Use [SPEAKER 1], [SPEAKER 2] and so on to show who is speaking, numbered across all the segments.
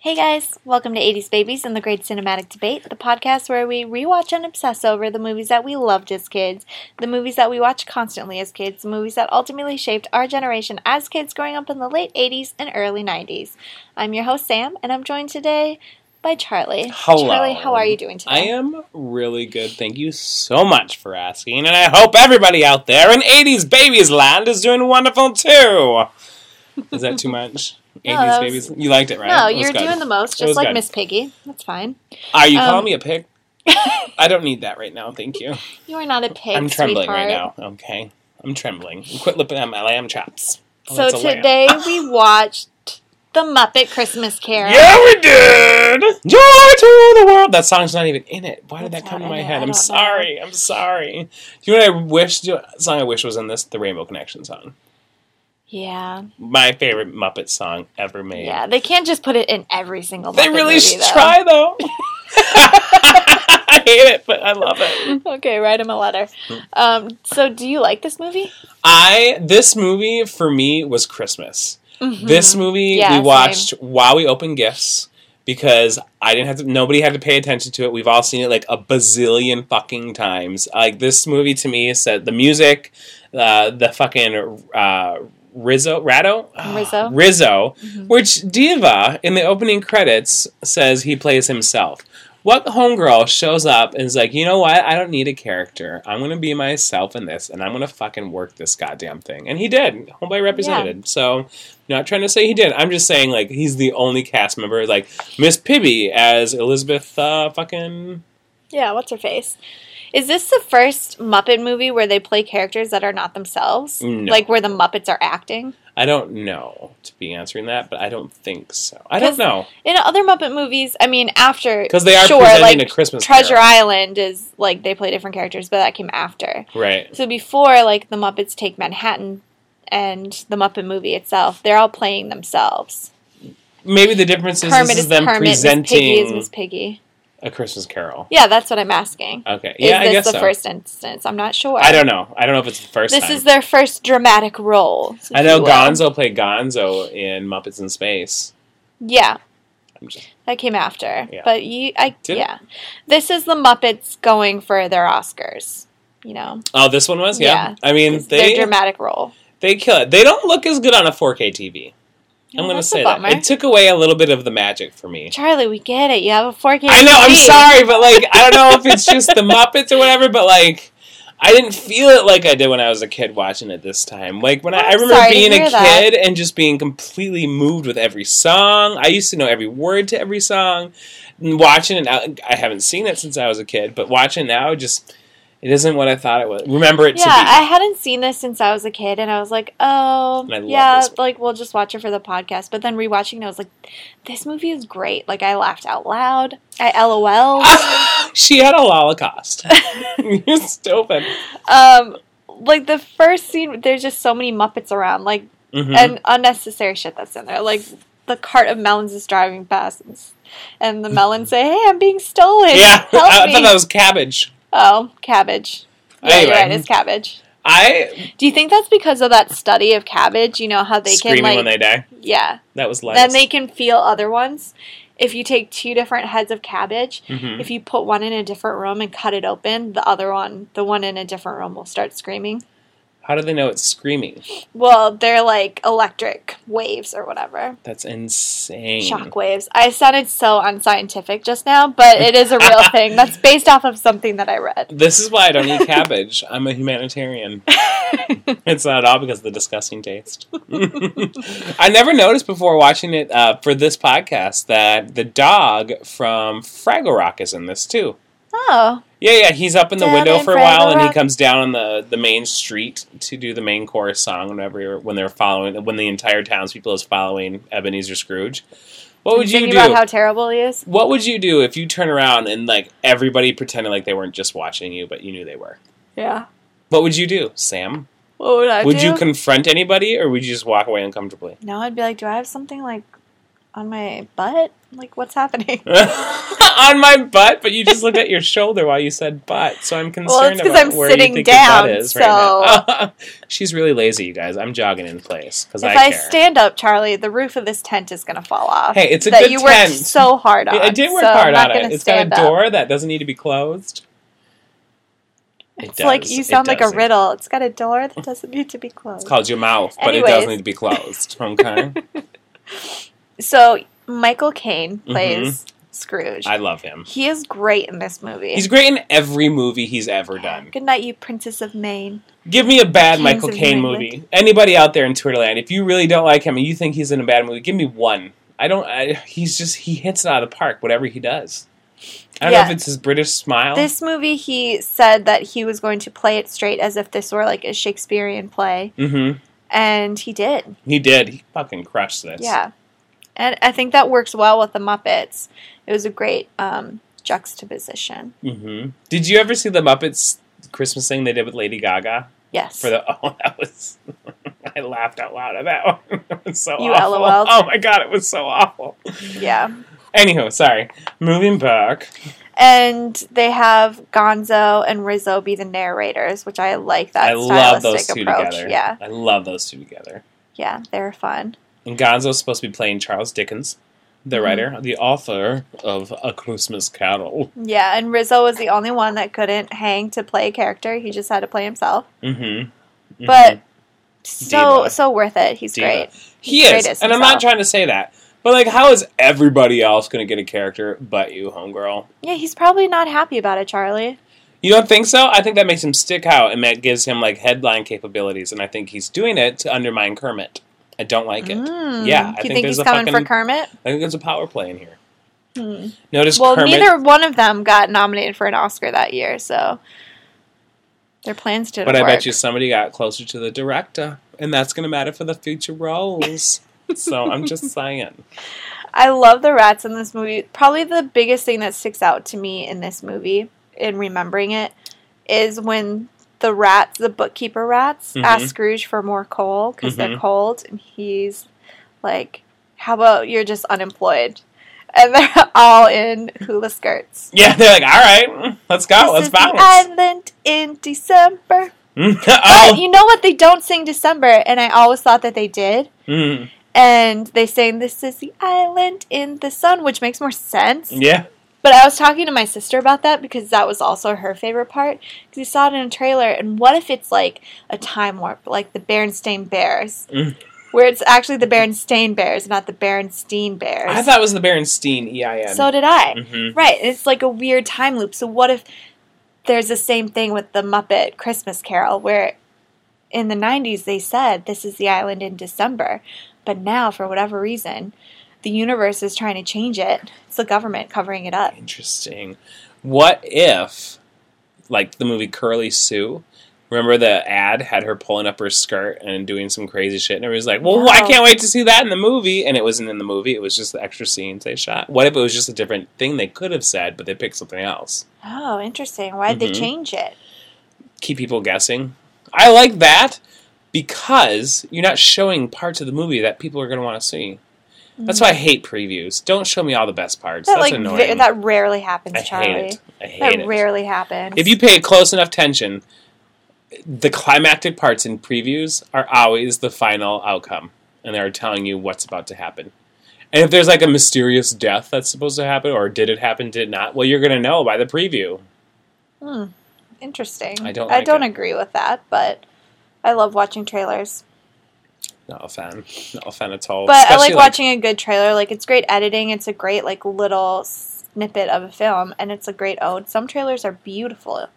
[SPEAKER 1] Hey guys, welcome to 80s Babies and the Great Cinematic Debate, the podcast where we rewatch and obsess over the movies that we loved as kids, the movies that we watched constantly as kids, the movies that ultimately shaped our generation as kids growing up in the late 80s and early 90s. I'm your host Sam, and I'm joined today by Charlie.
[SPEAKER 2] Hello.
[SPEAKER 1] Charlie, how are you doing today?
[SPEAKER 2] I am really good. Thank you so much for asking, and I hope everybody out there in 80s Babies Land is doing wonderful too. Is that too much?
[SPEAKER 1] No,
[SPEAKER 2] 80s
[SPEAKER 1] that was-
[SPEAKER 2] Babies? You liked it, right?
[SPEAKER 1] No,
[SPEAKER 2] It was
[SPEAKER 1] you're
[SPEAKER 2] good.
[SPEAKER 1] doing the most,
[SPEAKER 2] It
[SPEAKER 1] just
[SPEAKER 2] was
[SPEAKER 1] like
[SPEAKER 2] good.
[SPEAKER 1] Miss Piggy. That's fine.
[SPEAKER 2] Are you
[SPEAKER 1] um,
[SPEAKER 2] calling me a pig? I don't need that right now, thank you.
[SPEAKER 1] You are not a pig,
[SPEAKER 2] I'm trembling
[SPEAKER 1] sweetheart.
[SPEAKER 2] right now, okay? I'm trembling. Quit looking at my lamb chops. Oh,
[SPEAKER 1] So
[SPEAKER 2] that's a lamb.
[SPEAKER 1] today we watched The Muppet Christmas Carol.
[SPEAKER 2] Yeah, we did! Joy to the world! That song's not even in it. Why did
[SPEAKER 1] It's
[SPEAKER 2] that come
[SPEAKER 1] not
[SPEAKER 2] to
[SPEAKER 1] in
[SPEAKER 2] my
[SPEAKER 1] it. I
[SPEAKER 2] head?
[SPEAKER 1] don't know.
[SPEAKER 2] I'm sorry. I'm sorry. Do you know what I wish? Do you know what song I wish was in this? The Rainbow Connection song.
[SPEAKER 1] Yeah.
[SPEAKER 2] My favorite Muppet song ever made.
[SPEAKER 1] Yeah, they can't just put it in every single.
[SPEAKER 2] They
[SPEAKER 1] Muppet
[SPEAKER 2] really
[SPEAKER 1] movie,
[SPEAKER 2] should
[SPEAKER 1] though.
[SPEAKER 2] try though. I hate it, but I love it.
[SPEAKER 1] Okay, write him a letter. Um, so, do you like this movie?
[SPEAKER 2] I this movie for me was Christmas. This movie
[SPEAKER 1] Mm-hmm. Yeah,
[SPEAKER 2] we watched while we opened gifts because I didn't have to. Nobody had to pay attention to it. We've all seen it like a bazillion fucking times. Like this movie to me said the music, uh, the fucking uh, Rizzo Ratto Ah,
[SPEAKER 1] Rizzo.
[SPEAKER 2] Rizzo,
[SPEAKER 1] Mm-hmm.
[SPEAKER 2] which Diva in the opening credits says he plays himself. What homegirl shows up and is like, you know what? I don't need a character. I'm gonna be myself in this, and I'm gonna fucking work this goddamn thing. And he did. Homeboy represented. So, not trying to say he did. I'm just saying like he's the only cast member. Like Miss Pibby as Elizabeth, uh, fucking
[SPEAKER 1] Yeah, what's her face? Is this the first Muppet movie where they play characters that are not themselves?
[SPEAKER 2] No.
[SPEAKER 1] Like where the Muppets are acting?
[SPEAKER 2] I don't know to be answering that, but I don't think so. I don't
[SPEAKER 1] 'Cause-
[SPEAKER 2] know
[SPEAKER 1] In other Muppet movies, I mean, after
[SPEAKER 2] because they are
[SPEAKER 1] sure,
[SPEAKER 2] presenting
[SPEAKER 1] like
[SPEAKER 2] a Christmas
[SPEAKER 1] Treasure
[SPEAKER 2] Carol.
[SPEAKER 1] Island is like they play different characters, but that came after.
[SPEAKER 2] right?
[SPEAKER 1] So before, like the Muppets Take Manhattan and the Muppet movie itself, they're all playing themselves.
[SPEAKER 2] Maybe the difference is
[SPEAKER 1] Kermit
[SPEAKER 2] this
[SPEAKER 1] is
[SPEAKER 2] is them
[SPEAKER 1] Kermit, Miss Piggy is
[SPEAKER 2] presenting
[SPEAKER 1] Miss Piggy.
[SPEAKER 2] a Christmas Carol.
[SPEAKER 1] Yeah, that's what I'm asking.
[SPEAKER 2] Okay, Uh,
[SPEAKER 1] is
[SPEAKER 2] yeah, I
[SPEAKER 1] this
[SPEAKER 2] guess
[SPEAKER 1] the
[SPEAKER 2] so.
[SPEAKER 1] first instance? I'm not sure.
[SPEAKER 2] I don't know. I don't know if it's the first.
[SPEAKER 1] This
[SPEAKER 2] time.
[SPEAKER 1] is their first dramatic role. if
[SPEAKER 2] I know
[SPEAKER 1] you will.
[SPEAKER 2] Gonzo played Gonzo in Muppets in Space.
[SPEAKER 1] Yeah,
[SPEAKER 2] I'm just-
[SPEAKER 1] that came after.
[SPEAKER 2] Yeah.
[SPEAKER 1] But you, I
[SPEAKER 2] Did it?
[SPEAKER 1] yeah, this is the Muppets going for their Oscars. You know,
[SPEAKER 2] oh, this one was yeah.
[SPEAKER 1] Yeah.
[SPEAKER 2] I mean,
[SPEAKER 1] It's
[SPEAKER 2] they
[SPEAKER 1] their dramatic role.
[SPEAKER 2] they kill it. They don't look as good on a 4K TV. I'm
[SPEAKER 1] Well,
[SPEAKER 2] gonna
[SPEAKER 1] Oh, that's a
[SPEAKER 2] say that
[SPEAKER 1] bummer.
[SPEAKER 2] it took away a little bit of the magic for me.
[SPEAKER 1] Charlie, we get it. You have a 4K.
[SPEAKER 2] I know. I'm
[SPEAKER 1] TV.
[SPEAKER 2] sorry, but like I don't know if it's just the Muppets or whatever, but like. I didn't feel it like I did when I was a kid watching it this time. Like when I,
[SPEAKER 1] I'm
[SPEAKER 2] I remember
[SPEAKER 1] sorry to
[SPEAKER 2] being a
[SPEAKER 1] hear that.
[SPEAKER 2] kid and just being completely moved with every song. I used to know every word to every song. And watching it now, I haven't seen it since I was a kid, but watching it now, just it isn't what I thought it was. Remember it
[SPEAKER 1] Yeah,
[SPEAKER 2] to be.
[SPEAKER 1] I hadn't seen this since I was a kid, and I was like, oh,
[SPEAKER 2] And I love
[SPEAKER 1] yeah,
[SPEAKER 2] this one.
[SPEAKER 1] like we'll just watch it for the podcast. But then rewatching, it, I was like, this movie is great. Like I laughed out loud. I LOL.
[SPEAKER 2] she had a holocaust. You're stupid.
[SPEAKER 1] um, like the first scene, there's just so many Muppets around, like
[SPEAKER 2] Mhm.
[SPEAKER 1] and unnecessary shit that's in there, like. The cart of melons is driving past, and s- and the melons say, "Hey, I'm being stolen!
[SPEAKER 2] yeah,
[SPEAKER 1] help
[SPEAKER 2] I
[SPEAKER 1] me!"
[SPEAKER 2] thought that was cabbage.
[SPEAKER 1] oh, cabbage. Yeah,
[SPEAKER 2] Anyway.
[SPEAKER 1] you're right. It's cabbage.
[SPEAKER 2] I
[SPEAKER 1] Do you think that's because of that study of cabbage? You know how they
[SPEAKER 2] screaming
[SPEAKER 1] can like,
[SPEAKER 2] when they die.
[SPEAKER 1] yeah,
[SPEAKER 2] That was last.
[SPEAKER 1] then they can feel other ones. If you take two different heads of cabbage,
[SPEAKER 2] Mhm.
[SPEAKER 1] if you put one in a different room and cut it open, the other one, the one in a different room, will start screaming.
[SPEAKER 2] How do they know it's screaming?
[SPEAKER 1] Well, they're like electric waves or whatever,
[SPEAKER 2] That's insane.
[SPEAKER 1] shock waves. I sounded so unscientific just now, but it is a real thing. That's based off of something that I read.
[SPEAKER 2] This is why I don't eat cabbage. I'm a humanitarian. it's not at all because of the disgusting taste. I never noticed before watching it uh, for this podcast that the dog from Fraggle Rock is in this too.
[SPEAKER 1] Oh,
[SPEAKER 2] Yeah, yeah, he's up in the
[SPEAKER 1] Down
[SPEAKER 2] window
[SPEAKER 1] in
[SPEAKER 2] for a while,
[SPEAKER 1] Fraggle
[SPEAKER 2] and he
[SPEAKER 1] Rock.
[SPEAKER 2] comes down on the, the main street to do the main chorus song whenever when they're following when the entire townspeople is following Ebenezer Scrooge. What would you
[SPEAKER 1] thinking
[SPEAKER 2] do?
[SPEAKER 1] about how terrible he is.
[SPEAKER 2] what would you do if you turn around and like everybody pretended like they weren't just watching you, but you knew they were?
[SPEAKER 1] Yeah.
[SPEAKER 2] What would you do, Sam?
[SPEAKER 1] What would I
[SPEAKER 2] Would
[SPEAKER 1] do?
[SPEAKER 2] you confront anybody, or would you just walk away uncomfortably?
[SPEAKER 1] No, I'd be like, do I have something like on my butt? Like, what's happening?
[SPEAKER 2] on my butt, but you just looked at your shoulder while you said butt, so I'm concerned
[SPEAKER 1] Well, it's because
[SPEAKER 2] about
[SPEAKER 1] I'm
[SPEAKER 2] where
[SPEAKER 1] sitting
[SPEAKER 2] you think your butt
[SPEAKER 1] down,
[SPEAKER 2] is right now. She's really lazy, you guys. I'm jogging in place because
[SPEAKER 1] if
[SPEAKER 2] I
[SPEAKER 1] I,
[SPEAKER 2] care.
[SPEAKER 1] stand up, Charlie, the roof of this tent is going to fall off.
[SPEAKER 2] Hey, it's a
[SPEAKER 1] that
[SPEAKER 2] good
[SPEAKER 1] you
[SPEAKER 2] tent.
[SPEAKER 1] worked so hard on.
[SPEAKER 2] I I did work
[SPEAKER 1] so I'm
[SPEAKER 2] hard
[SPEAKER 1] not
[SPEAKER 2] on it.
[SPEAKER 1] gonna
[SPEAKER 2] It's got a
[SPEAKER 1] stand up.
[SPEAKER 2] door that doesn't need to be closed. It
[SPEAKER 1] It's like
[SPEAKER 2] does.
[SPEAKER 1] you
[SPEAKER 2] It
[SPEAKER 1] sound like a
[SPEAKER 2] doesn't.
[SPEAKER 1] riddle. It's got a door that doesn't need to be closed.
[SPEAKER 2] It's called your mouth, but it does
[SPEAKER 1] Anyways.
[SPEAKER 2] need to be closed. Okay,
[SPEAKER 1] so Michael Caine plays Scrooge.
[SPEAKER 2] Mm-hmm. I love him.
[SPEAKER 1] he is great in this movie.
[SPEAKER 2] He's great in every movie he's ever done.
[SPEAKER 1] Good night, you princess of Maine.
[SPEAKER 2] Give me a bad
[SPEAKER 1] Kings
[SPEAKER 2] Michael
[SPEAKER 1] of
[SPEAKER 2] Caine
[SPEAKER 1] New England.
[SPEAKER 2] movie. Anybody out there in Twitterland, if you really don't like him and you think he's in a bad movie, give me one. I don't. I, he's just he hits it out of the park. Whatever he does, I don't know
[SPEAKER 1] Yeah.
[SPEAKER 2] if it's his British smile.
[SPEAKER 1] This movie, he said that he was going to play it straight as if this were like a Shakespearean play,
[SPEAKER 2] mm-hmm.
[SPEAKER 1] and he did.
[SPEAKER 2] He did. He fucking crushed this.
[SPEAKER 1] Yeah, and I think that works well with the Muppets. It was a great um, juxtaposition.
[SPEAKER 2] Mm-hmm. Did you ever see the Muppets Christmas thing they did with Lady Gaga
[SPEAKER 1] Yes,
[SPEAKER 2] for the? Oh, that was. I laughed out loud at that one. It was so
[SPEAKER 1] You
[SPEAKER 2] awful.
[SPEAKER 1] LOL'd?
[SPEAKER 2] Oh my god, it was so awful.
[SPEAKER 1] yeah.
[SPEAKER 2] Anywho, sorry. Moving back.
[SPEAKER 1] And they have Gonzo and Rizzo be the narrators, which I like that
[SPEAKER 2] I love
[SPEAKER 1] stylistic
[SPEAKER 2] those two
[SPEAKER 1] approach.
[SPEAKER 2] together.
[SPEAKER 1] Yeah,
[SPEAKER 2] I love those two together.
[SPEAKER 1] yeah, they're fun.
[SPEAKER 2] And Gonzo's supposed to be playing Charles Dickens, the
[SPEAKER 1] Mhm.
[SPEAKER 2] writer, the author of A Christmas Carol.
[SPEAKER 1] Yeah, and Rizzo was the only one that couldn't hang to play a character. He just had to play himself.
[SPEAKER 2] Mm-hmm.
[SPEAKER 1] But so
[SPEAKER 2] Diva.
[SPEAKER 1] so worth it. He's
[SPEAKER 2] Diva.
[SPEAKER 1] great.
[SPEAKER 2] he
[SPEAKER 1] he's great
[SPEAKER 2] is,
[SPEAKER 1] as
[SPEAKER 2] and I'm not
[SPEAKER 1] himself.
[SPEAKER 2] trying to say that. But like, how is everybody else going to get a character but you, homegirl?
[SPEAKER 1] Yeah, he's probably not happy about it, Charlie.
[SPEAKER 2] You don't think so? I think that makes him stick out, and that gives him like headline capabilities. And I think he's doing it to undermine Kermit. I don't like it.
[SPEAKER 1] Mm.
[SPEAKER 2] Yeah, I
[SPEAKER 1] Do you
[SPEAKER 2] think
[SPEAKER 1] think
[SPEAKER 2] there's
[SPEAKER 1] he's
[SPEAKER 2] a
[SPEAKER 1] coming for
[SPEAKER 2] fucking-
[SPEAKER 1] Kermit?
[SPEAKER 2] I think there's a power play in here.
[SPEAKER 1] Hmm.
[SPEAKER 2] Notice
[SPEAKER 1] Well,
[SPEAKER 2] Kermit.
[SPEAKER 1] neither one of them got nominated for an Oscar that year, so their plans didn't
[SPEAKER 2] but I
[SPEAKER 1] work.
[SPEAKER 2] bet you somebody got closer to the director, and that's going to matter for the future roles. so I'm just saying.
[SPEAKER 1] I love the rats in this movie. Probably the biggest thing that sticks out to me in this movie, in remembering it, is when the rats, the bookkeeper rats,
[SPEAKER 2] Mhm.
[SPEAKER 1] ask Scrooge for more coal because they're
[SPEAKER 2] Mhm.
[SPEAKER 1] cold, and he's like, "How about you're just unemployed?" And they're all in hula skirts.
[SPEAKER 2] Yeah, they're like, all right, let's go,
[SPEAKER 1] This
[SPEAKER 2] let's
[SPEAKER 1] is the
[SPEAKER 2] bounce.
[SPEAKER 1] island in December. But
[SPEAKER 2] oh,
[SPEAKER 1] you know what? They don't sing December, and I always thought that they did.
[SPEAKER 2] Mm,
[SPEAKER 1] And they sang "This is the island in the sun," which makes more sense.
[SPEAKER 2] yeah,
[SPEAKER 1] But I was talking to my sister about that because that was also her favorite part. Because we saw it in a trailer, and what if it's like a time warp, like the Berenstain Bears,
[SPEAKER 2] Mm.
[SPEAKER 1] where it's actually the Berenstain Bears, not the Berenstein Bears.
[SPEAKER 2] I thought it was the Berenstein E I N.
[SPEAKER 1] so did I.
[SPEAKER 2] Mhm.
[SPEAKER 1] Right, and it's like a weird time loop. So what if there's the same thing with the Muppet Christmas Carol, where in the '90s they said this is the island in December, but now for whatever reason, the universe is trying to change it. It's the government covering it up.
[SPEAKER 2] Interesting. What if, like the movie Curly Sue? Remember the ad had her pulling up her skirt and doing some crazy shit, and everybody's like, "Well, I
[SPEAKER 1] No.
[SPEAKER 2] can't wait to see that in the movie." And it wasn't in the movie; it was just the extra scenes they shot. What if it was just a different thing they could have said, but they picked something else?
[SPEAKER 1] Oh, interesting. Why'd they
[SPEAKER 2] Mhm.
[SPEAKER 1] change it?
[SPEAKER 2] keep people guessing. I like that because you're not showing parts of the movie that people are going to want to see. That's why I hate previews. Don't show me all the best parts.
[SPEAKER 1] Mm-hmm. That
[SPEAKER 2] That's
[SPEAKER 1] like
[SPEAKER 2] annoying.
[SPEAKER 1] ve- that rarely happens,
[SPEAKER 2] I
[SPEAKER 1] Charlie.
[SPEAKER 2] hate it. I hate
[SPEAKER 1] that
[SPEAKER 2] it.
[SPEAKER 1] rarely happens.
[SPEAKER 2] If you pay close enough attention, the climactic parts in previews are always the final outcome, and they're telling you what's about to happen. And if there's like a mysterious death that's supposed to happen, or did it happen, did it not, well, you're going to know by the preview.
[SPEAKER 1] Hmm. interesting.
[SPEAKER 2] I don't
[SPEAKER 1] I
[SPEAKER 2] like
[SPEAKER 1] don't
[SPEAKER 2] it.
[SPEAKER 1] agree with that, but I love watching trailers.
[SPEAKER 2] Not a fan. Not a fan at all.
[SPEAKER 1] But I
[SPEAKER 2] Especially,
[SPEAKER 1] like watching a good trailer. Like it's great editing. It's a great like little snippet of a film, and it's a great ode. Some trailers are beautiful.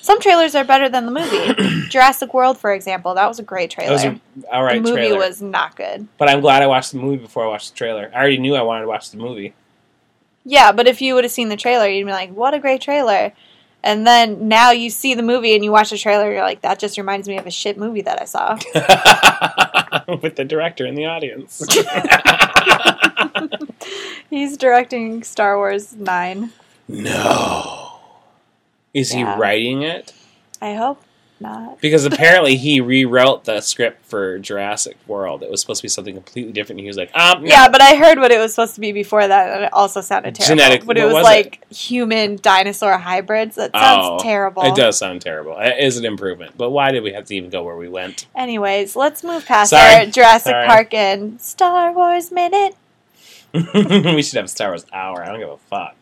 [SPEAKER 1] Some trailers are better than the movie. Jurassic World, for example, that was a great
[SPEAKER 2] That
[SPEAKER 1] trailer.
[SPEAKER 2] was a- all right,
[SPEAKER 1] the movie
[SPEAKER 2] trailer.
[SPEAKER 1] was not good.
[SPEAKER 2] But I'm glad I watched the movie before I watched the trailer. I already knew I wanted to watch the movie.
[SPEAKER 1] Yeah, but if you would have seen the trailer, you'd be like, "What a great trailer!" And then now you see the movie and you watch the trailer, you're like, "That just reminds me of a shit movie that I saw."
[SPEAKER 2] With the director in the audience.
[SPEAKER 1] He's directing Star Wars Nine.
[SPEAKER 2] no. Is
[SPEAKER 1] Yeah.
[SPEAKER 2] he writing it?
[SPEAKER 1] I hope not.
[SPEAKER 2] Because apparently he rewrote the script for Jurassic World. It was supposed to be something completely different. He was like, um, no.
[SPEAKER 1] Yeah, but I heard what it was supposed to be before that, and it also sounded terrible.
[SPEAKER 2] Genetic-
[SPEAKER 1] But it
[SPEAKER 2] what
[SPEAKER 1] was,
[SPEAKER 2] was
[SPEAKER 1] like human dinosaur hybrids. That sounds
[SPEAKER 2] Oh,
[SPEAKER 1] terrible.
[SPEAKER 2] It does sound terrible. It is an improvement. But why did we have to even go where we went?
[SPEAKER 1] Anyways, let's move past
[SPEAKER 2] Sorry.
[SPEAKER 1] our Jurassic
[SPEAKER 2] Sorry.
[SPEAKER 1] Park and Star Wars minute.
[SPEAKER 2] we should have Star Wars Hour. I don't give a fuck.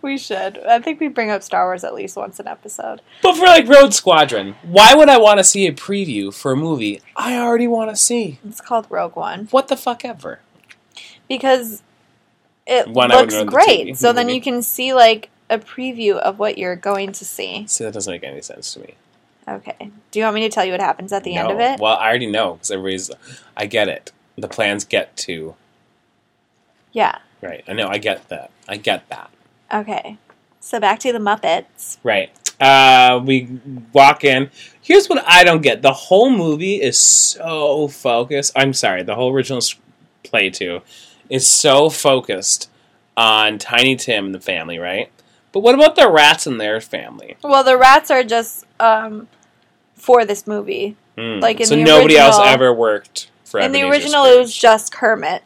[SPEAKER 1] We should. I think we bring up Star Wars at least once an episode.
[SPEAKER 2] But for like Road Squadron, why would I want to see a preview for a movie I already want to see?
[SPEAKER 1] It's called Rogue One
[SPEAKER 2] What the fuck ever.
[SPEAKER 1] because it
[SPEAKER 2] One, I would
[SPEAKER 1] looks
[SPEAKER 2] know the
[SPEAKER 1] great.
[SPEAKER 2] TV
[SPEAKER 1] So then
[SPEAKER 2] movie.
[SPEAKER 1] you can see like a preview of what you're going to see.
[SPEAKER 2] See, that doesn't make any sense to me.
[SPEAKER 1] Okay. Do you want me to tell you what happens at the end
[SPEAKER 2] No.
[SPEAKER 1] of it?
[SPEAKER 2] Well, I already know because everybody's. I get it. The plans get to
[SPEAKER 1] Yeah.
[SPEAKER 2] right. I know. I get that. I get that.
[SPEAKER 1] Okay. So back to the Muppets.
[SPEAKER 2] Right. Uh, we walk in. Here's what I don't get. The whole movie is so focused. I'm sorry. The whole original s- play too is so focused on Tiny Tim and the family, right? But what about the rats and their family?
[SPEAKER 1] Well, the rats are just um, for this movie.
[SPEAKER 2] Hmm.
[SPEAKER 1] Like in
[SPEAKER 2] so
[SPEAKER 1] the
[SPEAKER 2] nobody else
[SPEAKER 1] original-
[SPEAKER 2] ever worked for
[SPEAKER 1] In the
[SPEAKER 2] Ebenezer
[SPEAKER 1] original,
[SPEAKER 2] Scrooge.
[SPEAKER 1] it was just Kermit.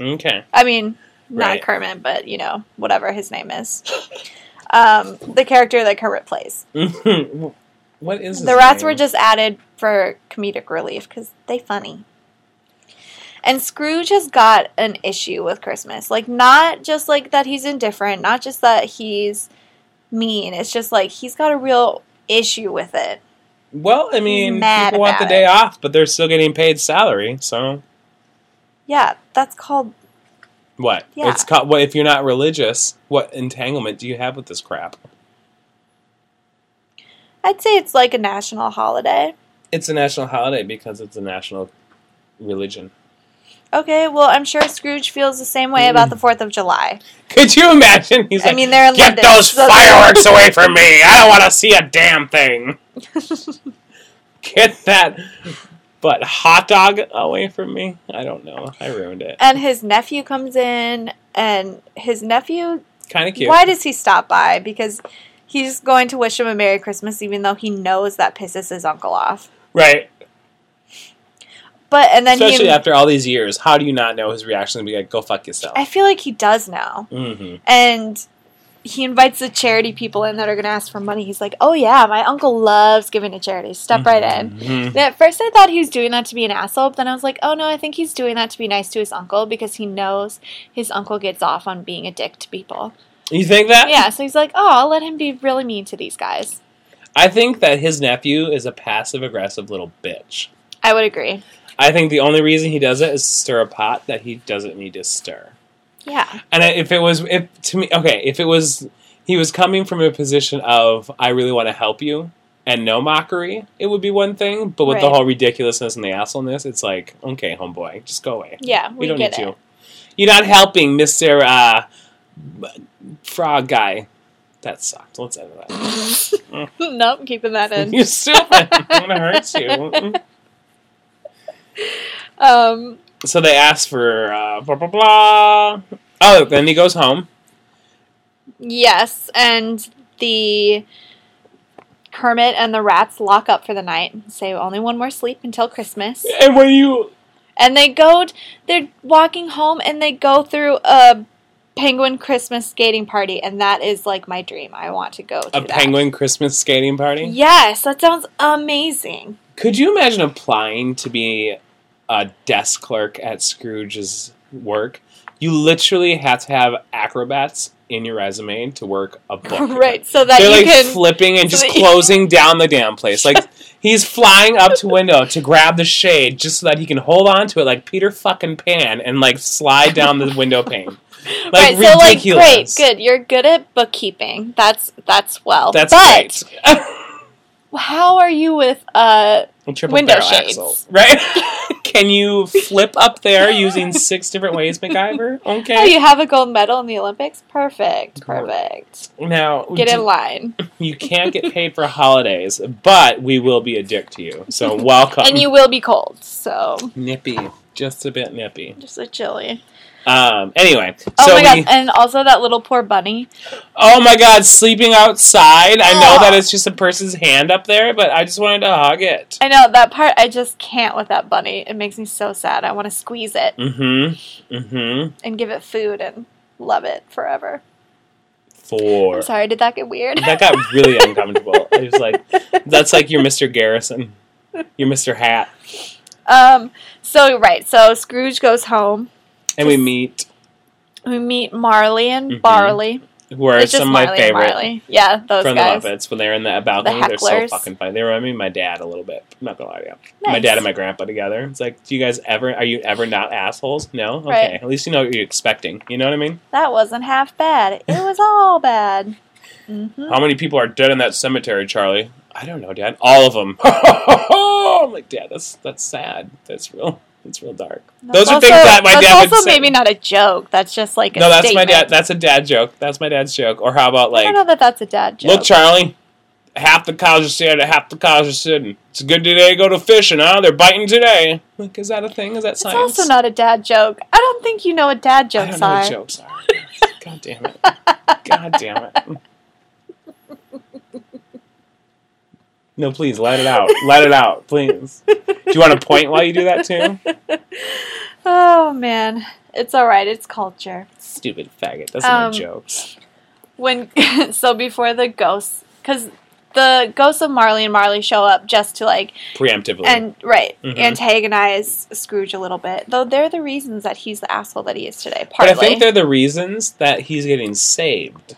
[SPEAKER 2] okay.
[SPEAKER 1] I mean, not
[SPEAKER 2] Right.
[SPEAKER 1] Kermit, but you know, whatever his name is. um, the character that Kermit plays.
[SPEAKER 2] what is
[SPEAKER 1] The
[SPEAKER 2] his
[SPEAKER 1] rats
[SPEAKER 2] name?
[SPEAKER 1] were just added for comedic relief because they funny. And Scrooge has got an issue with Christmas. Like, not just like that he's indifferent, not just that he's mean. It's just like he's got a real issue with it.
[SPEAKER 2] Well, I mean,
[SPEAKER 1] mad
[SPEAKER 2] people want the
[SPEAKER 1] about
[SPEAKER 2] day
[SPEAKER 1] it.
[SPEAKER 2] off, but they're still getting paid salary. So
[SPEAKER 1] Yeah, that's called
[SPEAKER 2] what?
[SPEAKER 1] Yeah.
[SPEAKER 2] It's called. What if you're not religious? What entanglement do you have with this crap?
[SPEAKER 1] I'd say it's like a national holiday.
[SPEAKER 2] It's a national holiday because it's a national religion.
[SPEAKER 1] Okay, well, I'm sure Scrooge feels the same way
[SPEAKER 2] Mm.
[SPEAKER 1] about the 4th of July.
[SPEAKER 2] Could you imagine? He's
[SPEAKER 1] I
[SPEAKER 2] like,
[SPEAKER 1] mean, they're in
[SPEAKER 2] get
[SPEAKER 1] London.
[SPEAKER 2] those
[SPEAKER 1] so-
[SPEAKER 2] fireworks away from me! I don't want to see a damn thing. get that, but hot dog away from me! I don't know. I ruined it.
[SPEAKER 1] And his nephew comes in, and his nephew,
[SPEAKER 2] Kind of cute.
[SPEAKER 1] why does he stop by? Because he's going to wish him a Merry Christmas, even though he knows that pisses his uncle off.
[SPEAKER 2] Right.
[SPEAKER 1] But, and then
[SPEAKER 2] Especially
[SPEAKER 1] he.
[SPEAKER 2] after all these years, how do you not know his reaction? to Be like, go fuck yourself.
[SPEAKER 1] I feel like he does now.
[SPEAKER 2] mm-hmm.
[SPEAKER 1] And he invites the charity people in that are going to ask for money. He's like, oh, yeah, my uncle loves giving to charity. Step right in.
[SPEAKER 2] Mhm.
[SPEAKER 1] And At first, I thought he was doing that to be an asshole, but then I was like, oh no, I think he's doing that to be nice to his uncle because he knows his uncle gets off on being a dick to people.
[SPEAKER 2] You think that?
[SPEAKER 1] Yeah, so he's like, oh, I'll let him be really mean to these guys.
[SPEAKER 2] I think that his nephew is a passive aggressive little bitch.
[SPEAKER 1] I would agree.
[SPEAKER 2] I think the only reason he does it is to stir a pot that he doesn't need to stir.
[SPEAKER 1] Yeah.
[SPEAKER 2] And I- if it was, if to me, okay, if it was, he was coming from a position of I really want to help you and no mockery, it would be one thing. But with the
[SPEAKER 1] Right.
[SPEAKER 2] whole ridiculousness and the assholeness, it's like, okay, homeboy, just go away.
[SPEAKER 1] Yeah, we,
[SPEAKER 2] We, don't
[SPEAKER 1] get
[SPEAKER 2] need
[SPEAKER 1] it.
[SPEAKER 2] you. You're not helping, Mister uh, Frog Guy. That sucked. Let's end that.
[SPEAKER 1] nope, keeping that in.
[SPEAKER 2] You're stupid. I'm gonna hurt you.
[SPEAKER 1] um,
[SPEAKER 2] So they ask for uh, blah blah blah. Oh, then he goes home.
[SPEAKER 1] yes, and the Kermit and the rats lock up for the night and say only one more sleep until Christmas.
[SPEAKER 2] And when you
[SPEAKER 1] And they go, they're walking home and they go through a penguin Christmas skating party. And that is like my dream. I want to go to
[SPEAKER 2] a
[SPEAKER 1] that.
[SPEAKER 2] penguin Christmas skating party?
[SPEAKER 1] Yes, that sounds amazing.
[SPEAKER 2] Could you imagine applying to be a desk clerk at Scrooge's work? You literally have to have acrobats in your resume to work a book.
[SPEAKER 1] right, so that
[SPEAKER 2] They're
[SPEAKER 1] you
[SPEAKER 2] like
[SPEAKER 1] can.
[SPEAKER 2] flipping and
[SPEAKER 1] so
[SPEAKER 2] just
[SPEAKER 1] that you-
[SPEAKER 2] closing down the damn place. Like he's flying up to window to grab the shade just so that he can hold on to it like Peter fucking Pan and like slide down the window pane. Like
[SPEAKER 1] right, so like great,
[SPEAKER 2] ridiculous.
[SPEAKER 1] good. You're good at bookkeeping. That's that's well.
[SPEAKER 2] That's
[SPEAKER 1] but
[SPEAKER 2] great.
[SPEAKER 1] how are you with uh
[SPEAKER 2] Triple
[SPEAKER 1] window
[SPEAKER 2] barrel
[SPEAKER 1] shades.
[SPEAKER 2] axle, right? Can you flip up there using six different ways, MacGyver?
[SPEAKER 1] oh
[SPEAKER 2] Okay.
[SPEAKER 1] you have a gold medal in the Olympics? Perfect.
[SPEAKER 2] Cool.
[SPEAKER 1] Perfect.
[SPEAKER 2] Now
[SPEAKER 1] Get in
[SPEAKER 2] d-
[SPEAKER 1] line.
[SPEAKER 2] you can't get paid for holidays, but we will be a dick to you. So welcome.
[SPEAKER 1] And you will be cold. So
[SPEAKER 2] nippy, just a bit nippy.
[SPEAKER 1] just a chilly.
[SPEAKER 2] Um, anyway, so
[SPEAKER 1] Oh my
[SPEAKER 2] we,
[SPEAKER 1] god! And also that little poor bunny.
[SPEAKER 2] oh my god, sleeping outside. I know
[SPEAKER 1] Ugh.
[SPEAKER 2] that it's just a person's hand up there, but I just wanted to hug it.
[SPEAKER 1] I know that part. I just can't with that bunny. It makes me so sad. I want to squeeze it
[SPEAKER 2] Mm-hmm. Mm-hmm.
[SPEAKER 1] and give it food and love it forever.
[SPEAKER 2] Four.
[SPEAKER 1] I'm sorry. Did that get weird?
[SPEAKER 2] That got really uncomfortable. It was like that's like your Mr. Garrison, your Mr. Hat,
[SPEAKER 1] Um. So right. So Scrooge goes home.
[SPEAKER 2] and we meet
[SPEAKER 1] We meet Marley and
[SPEAKER 2] Mhm.
[SPEAKER 1] Barley.
[SPEAKER 2] who are
[SPEAKER 1] It's just
[SPEAKER 2] some of my
[SPEAKER 1] Marley and
[SPEAKER 2] favorite
[SPEAKER 1] Marley. Yeah, those
[SPEAKER 2] from
[SPEAKER 1] guys.
[SPEAKER 2] the Muppets when they're in the balcony. they're so
[SPEAKER 1] hecklers.
[SPEAKER 2] fucking funny. They remind me of my dad a little bit. I'm not gonna lie to you. My
[SPEAKER 1] Nice.
[SPEAKER 2] dad and my grandpa together. It's like, do you guys ever? Are you ever not assholes? No. Okay.
[SPEAKER 1] Right.
[SPEAKER 2] At least you know what you're expecting. You know what I mean?
[SPEAKER 1] That wasn't half bad. It was all bad. hmm
[SPEAKER 2] How many people are dead in that cemetery, Charlie? I don't know, Dad. All of them. I'm like, Dad, that's that's sad. That's real. That's real dark. Those are things that my
[SPEAKER 1] that's
[SPEAKER 2] dad would
[SPEAKER 1] also
[SPEAKER 2] say.
[SPEAKER 1] maybe not a joke. That's just like a
[SPEAKER 2] no, that's my
[SPEAKER 1] statement.
[SPEAKER 2] dad. That's a dad joke. That's my dad's joke. Or how about
[SPEAKER 1] I
[SPEAKER 2] like,
[SPEAKER 1] don't know that that's a dad joke.
[SPEAKER 2] look, Charlie, half the cows are standing, half the cows are sitting. It's a good day to go to fishing, huh? They're biting today. Like, is that a thing? Is that
[SPEAKER 1] it's
[SPEAKER 2] science?
[SPEAKER 1] also not a dad joke. I don't think you know what dad
[SPEAKER 2] I
[SPEAKER 1] jokes
[SPEAKER 2] don't know what
[SPEAKER 1] are.
[SPEAKER 2] jokes are. God damn it. God damn it. No, please let it out. Let it out, please. Do you want to point while you do that too?
[SPEAKER 1] Oh man, it's all right. It's culture.
[SPEAKER 2] Stupid faggot. That's
[SPEAKER 1] Um,
[SPEAKER 2] not jokes.
[SPEAKER 1] when so before the ghosts because the ghosts of marley and marley show up just to like
[SPEAKER 2] Preemptively.
[SPEAKER 1] and right
[SPEAKER 2] Mhm.
[SPEAKER 1] antagonize scrooge a little bit though they're the reasons that he's the asshole that he is today
[SPEAKER 2] but
[SPEAKER 1] partly
[SPEAKER 2] I think they're the reasons that he's getting saved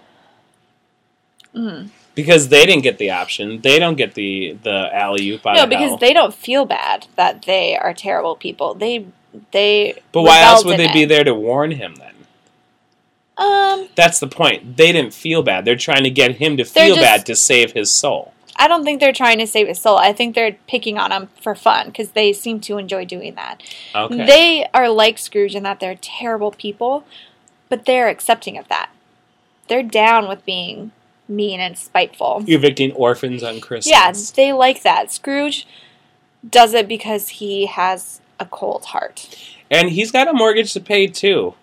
[SPEAKER 1] Mm.
[SPEAKER 2] because they didn't get the option. They don't get the the alley oop out
[SPEAKER 1] no
[SPEAKER 2] of
[SPEAKER 1] because
[SPEAKER 2] hell.
[SPEAKER 1] they don't feel bad that they are terrible people they they
[SPEAKER 2] but why else would
[SPEAKER 1] rebelled
[SPEAKER 2] they
[SPEAKER 1] in
[SPEAKER 2] be
[SPEAKER 1] it.
[SPEAKER 2] there to warn him then?
[SPEAKER 1] um
[SPEAKER 2] That's the point. They didn't feel bad. They're trying to get him to
[SPEAKER 1] They're
[SPEAKER 2] feel
[SPEAKER 1] just-
[SPEAKER 2] bad to save his soul.
[SPEAKER 1] i don't think they're trying to save his soul i think they're picking on him for fun because they seem to enjoy doing that
[SPEAKER 2] Okay.
[SPEAKER 1] They are like Scrooge in that they're terrible people, but they're accepting of that. They're down with being mean and spiteful.
[SPEAKER 2] evicting orphans on Christmas.
[SPEAKER 1] Yeah, they like that. Scrooge does it because he has a cold heart.
[SPEAKER 2] And he's got a mortgage to pay too.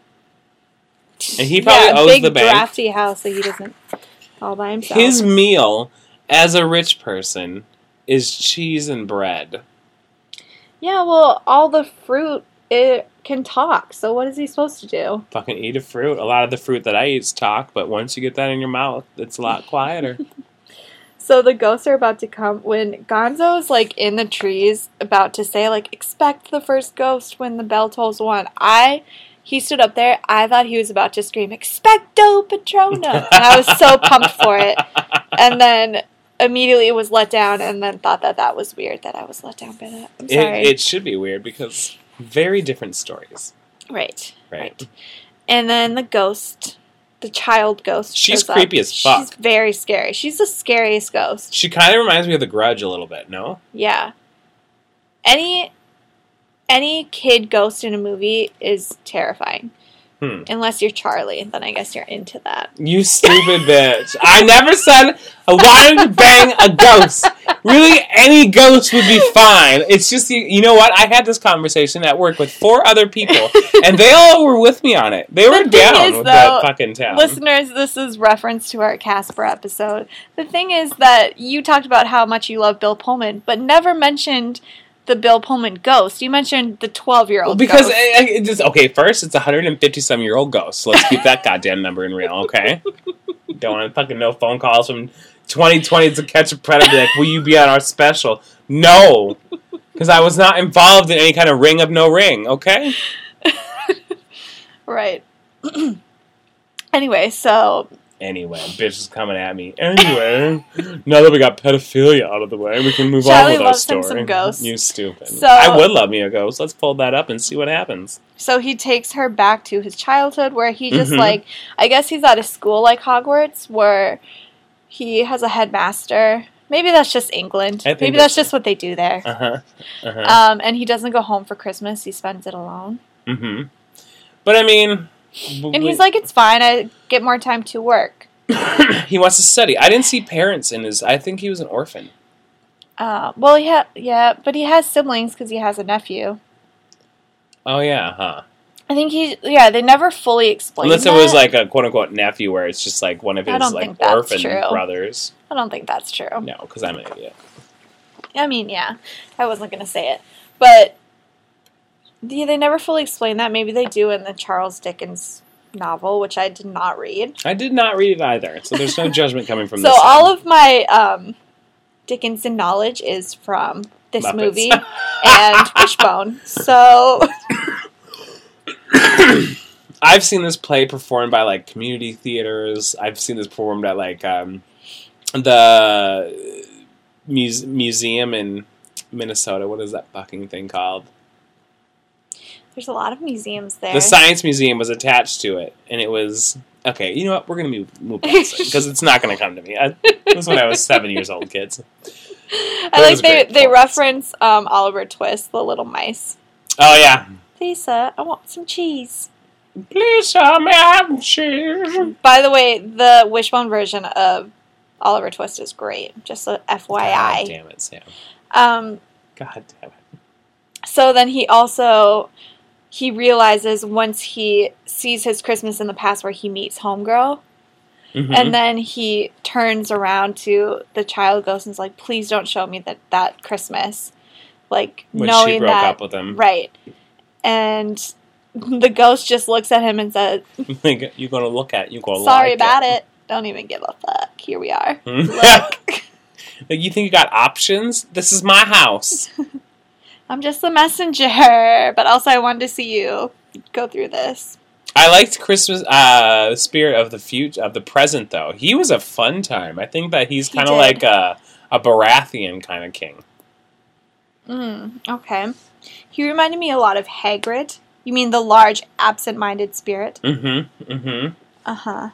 [SPEAKER 2] And he probably
[SPEAKER 1] yeah, a
[SPEAKER 2] owes
[SPEAKER 1] big
[SPEAKER 2] the bank.
[SPEAKER 1] drafty house that he doesn't all by himself.
[SPEAKER 2] His meal as a rich person is cheese and bread.
[SPEAKER 1] yeah, well, all the fruit it can talk. So what is he supposed to do?
[SPEAKER 2] Fucking eat a fruit. A lot of the fruit that I eat is talk, but once you get that in your mouth, it's a lot quieter.
[SPEAKER 1] So the ghosts are about to come when Gonzo's like in the trees about to say like expect the first ghost when the bell tolls one. I he stood up there. I thought he was about to scream expecto patronum. and I was so pumped for it. And then immediately was let down and then thought that that was weird that I was let down by that. I'm
[SPEAKER 2] It,
[SPEAKER 1] sorry.
[SPEAKER 2] it should be weird because very different stories.
[SPEAKER 1] right.
[SPEAKER 2] Right.
[SPEAKER 1] And then the ghost, the child ghost.
[SPEAKER 2] She's
[SPEAKER 1] shows up.
[SPEAKER 2] creepy as fuck.
[SPEAKER 1] She's very scary. She's the scariest ghost.
[SPEAKER 2] She kind of reminds me of the grudge a little bit, no?
[SPEAKER 1] Yeah. Any any kid ghost in a movie is terrifying.
[SPEAKER 2] Hmm.
[SPEAKER 1] Unless you're Charlie, then I guess you're into that.
[SPEAKER 2] You stupid bitch. I never said I wanted to bang a ghost. Really, any ghost would be fine. It's just, you, you know what? I had this conversation at work with four other people, and they all were with me on it. They were
[SPEAKER 1] thing
[SPEAKER 2] down
[SPEAKER 1] is,
[SPEAKER 2] with that
[SPEAKER 1] though,
[SPEAKER 2] fucking town.
[SPEAKER 1] Listeners, this is reference to our Casper episode. The thing is that you talked about how much you love Bill Pullman, but never mentioned the Bill Pullman ghost. You mentioned the 12 year
[SPEAKER 2] Well,
[SPEAKER 1] old
[SPEAKER 2] because
[SPEAKER 1] ghost.
[SPEAKER 2] I, I, it just, okay, first, it's a 150 some year old ghost. So let's keep that goddamn number in real, okay? Don't want fucking no phone calls from 2020 to catch a predator. Like, will you be on our special? No. Because I was not involved in any kind of ring of no ring, okay?
[SPEAKER 1] right. anyway, so
[SPEAKER 2] Anyway, bitch is coming at me. Anyway, now that we got pedophilia out of the way, we can move
[SPEAKER 1] Charlie
[SPEAKER 2] on with our
[SPEAKER 1] loves him
[SPEAKER 2] story.
[SPEAKER 1] some ghosts.
[SPEAKER 2] You stupid.
[SPEAKER 1] So-
[SPEAKER 2] I would love me a ghost. Let's pull that up and see what happens.
[SPEAKER 1] So he takes her back to his childhood where he just
[SPEAKER 2] Mhm.
[SPEAKER 1] like I guess he's at a school like Hogwarts where he has a headmaster. Maybe that's just England.
[SPEAKER 2] I think
[SPEAKER 1] Maybe
[SPEAKER 2] that's-
[SPEAKER 1] that's, just what they do there.
[SPEAKER 2] Uh huh. Uh huh.
[SPEAKER 1] Um, and he doesn't go home for Christmas. He spends it alone.
[SPEAKER 2] mm-hmm. But I mean, w-
[SPEAKER 1] And he's
[SPEAKER 2] w-
[SPEAKER 1] like, it's fine. I get more time to work.
[SPEAKER 2] he wants to study. I didn't see parents in his. I think he was an orphan.
[SPEAKER 1] Uh, well, yeah, yeah, but he has siblings because he has a nephew.
[SPEAKER 2] Oh yeah, huh?
[SPEAKER 1] I think he, yeah, they never fully explained.
[SPEAKER 2] Unless
[SPEAKER 1] that.
[SPEAKER 2] it was like a quote unquote nephew, where it's just like one of
[SPEAKER 1] I
[SPEAKER 2] his
[SPEAKER 1] don't
[SPEAKER 2] like
[SPEAKER 1] think that's
[SPEAKER 2] orphan
[SPEAKER 1] true.
[SPEAKER 2] brothers.
[SPEAKER 1] I don't think that's true.
[SPEAKER 2] No, because I'm an idiot.
[SPEAKER 1] I mean, yeah, I wasn't gonna say it, but yeah, they never fully explain that. Maybe they do in the Charles Dickens novel, which I did not read.
[SPEAKER 2] I did not read it either, so there's no judgment coming from
[SPEAKER 1] so
[SPEAKER 2] this.
[SPEAKER 1] all of my um, Dickinson knowledge is from this
[SPEAKER 2] Muppets.
[SPEAKER 1] movie and Wishbone. So
[SPEAKER 2] I've seen this play performed by like community theaters. I've seen this performed at like um, the muse- museum in Minnesota. What is that fucking thing called?
[SPEAKER 1] there's a lot of museums there.
[SPEAKER 2] The science museum was attached to it, and it was okay. You know what? We're gonna move move because it's not gonna come to me. I, it was when I was seven years old, kids.
[SPEAKER 1] I
[SPEAKER 2] That
[SPEAKER 1] like
[SPEAKER 2] was
[SPEAKER 1] they
[SPEAKER 2] great.
[SPEAKER 1] they reference um, Oliver Twist, the little mice.
[SPEAKER 2] Oh yeah,
[SPEAKER 1] Lisa, I want some cheese.
[SPEAKER 2] please tell me I'm cheese.
[SPEAKER 1] By the way, the Wishbone version of Oliver Twist is great. Just a
[SPEAKER 2] God
[SPEAKER 1] FYI.
[SPEAKER 2] damn it, Sam.
[SPEAKER 1] Um,
[SPEAKER 2] God damn it.
[SPEAKER 1] so then he also he realizes once he sees his Christmas in the past where he meets Homegirl,
[SPEAKER 2] Mhm.
[SPEAKER 1] and then he turns around to the child ghost and is like, "Please don't show me that that Christmas." Like
[SPEAKER 2] when
[SPEAKER 1] knowing
[SPEAKER 2] she broke
[SPEAKER 1] that
[SPEAKER 2] up with him,
[SPEAKER 1] Right. And the ghost just looks at him and says,
[SPEAKER 2] like you're gonna look at, it, you're gonna
[SPEAKER 1] Sorry
[SPEAKER 2] like
[SPEAKER 1] about it. Don't even give a fuck. Here we are.
[SPEAKER 2] Hmm?
[SPEAKER 1] Look,
[SPEAKER 2] Like you think you got options? This is my house.
[SPEAKER 1] I'm just the messenger, but also I wanted to see you go through this.
[SPEAKER 2] I liked Christmas uh Spirit of the Future of the Present though. He was a fun time. I think that he's
[SPEAKER 1] He
[SPEAKER 2] kind of
[SPEAKER 1] did.
[SPEAKER 2] like a a Baratheon kind of king.
[SPEAKER 1] Mm, okay. He reminded me a lot of Hagrid. You mean the large, absent minded spirit?
[SPEAKER 2] Mm-hmm. Mm-hmm.
[SPEAKER 1] Uh huh.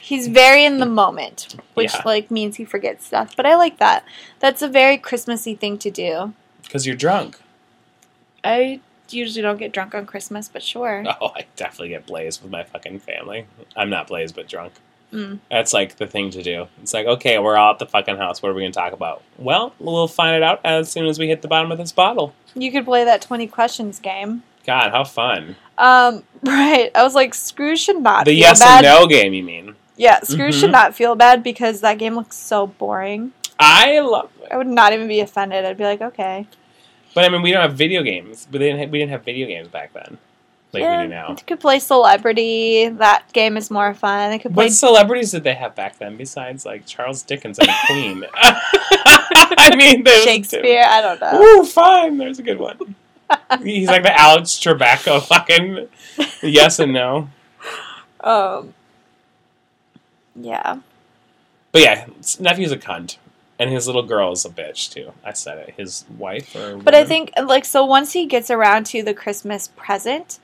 [SPEAKER 1] He's very in the moment, which
[SPEAKER 2] Yeah.
[SPEAKER 1] like means he forgets stuff. But I like that. That's a very Christmassy thing to do.
[SPEAKER 2] Because you're drunk.
[SPEAKER 1] I usually don't get drunk on Christmas, but sure.
[SPEAKER 2] Oh, I definitely get blazed with my fucking family. I'm not blazed, but drunk.
[SPEAKER 1] Mm.
[SPEAKER 2] That's like the thing to do. It's like, okay, we're all at the fucking house. What are we gonna talk about? Well, we'll find it out as soon as we hit the bottom of this bottle.
[SPEAKER 1] You could play that 20 questions game.
[SPEAKER 2] God, how fun!
[SPEAKER 1] Um, right. I was like, Scrooge should not
[SPEAKER 2] The
[SPEAKER 1] feel
[SPEAKER 2] yes
[SPEAKER 1] bad.
[SPEAKER 2] and no game, you mean?
[SPEAKER 1] Yeah, Scrooge should
[SPEAKER 2] Mhm.
[SPEAKER 1] not feel bad because that game looks so boring.
[SPEAKER 2] I love
[SPEAKER 1] I would not even be offended. I'd be like, okay.
[SPEAKER 2] But I mean, we don't have video games. But they didn't. Have, we didn't have video games back then, like
[SPEAKER 1] yeah,
[SPEAKER 2] we do now.
[SPEAKER 1] You could play Celebrity. That game is more fun. I could play.
[SPEAKER 2] What celebrities did they have back then besides like Charles Dickens and Queen? I mean, there's
[SPEAKER 1] Shakespeare, I don't know.
[SPEAKER 2] Ooh, fine. There's a good one. He's like the Alex Trebek of fucking yes and no.
[SPEAKER 1] Um, yeah,
[SPEAKER 2] But yeah, s- nephew's a cunt, and his little girl is a bitch too. I said it. His wife or
[SPEAKER 1] but I
[SPEAKER 2] woman?
[SPEAKER 1] think like so once he gets around to the Christmas present,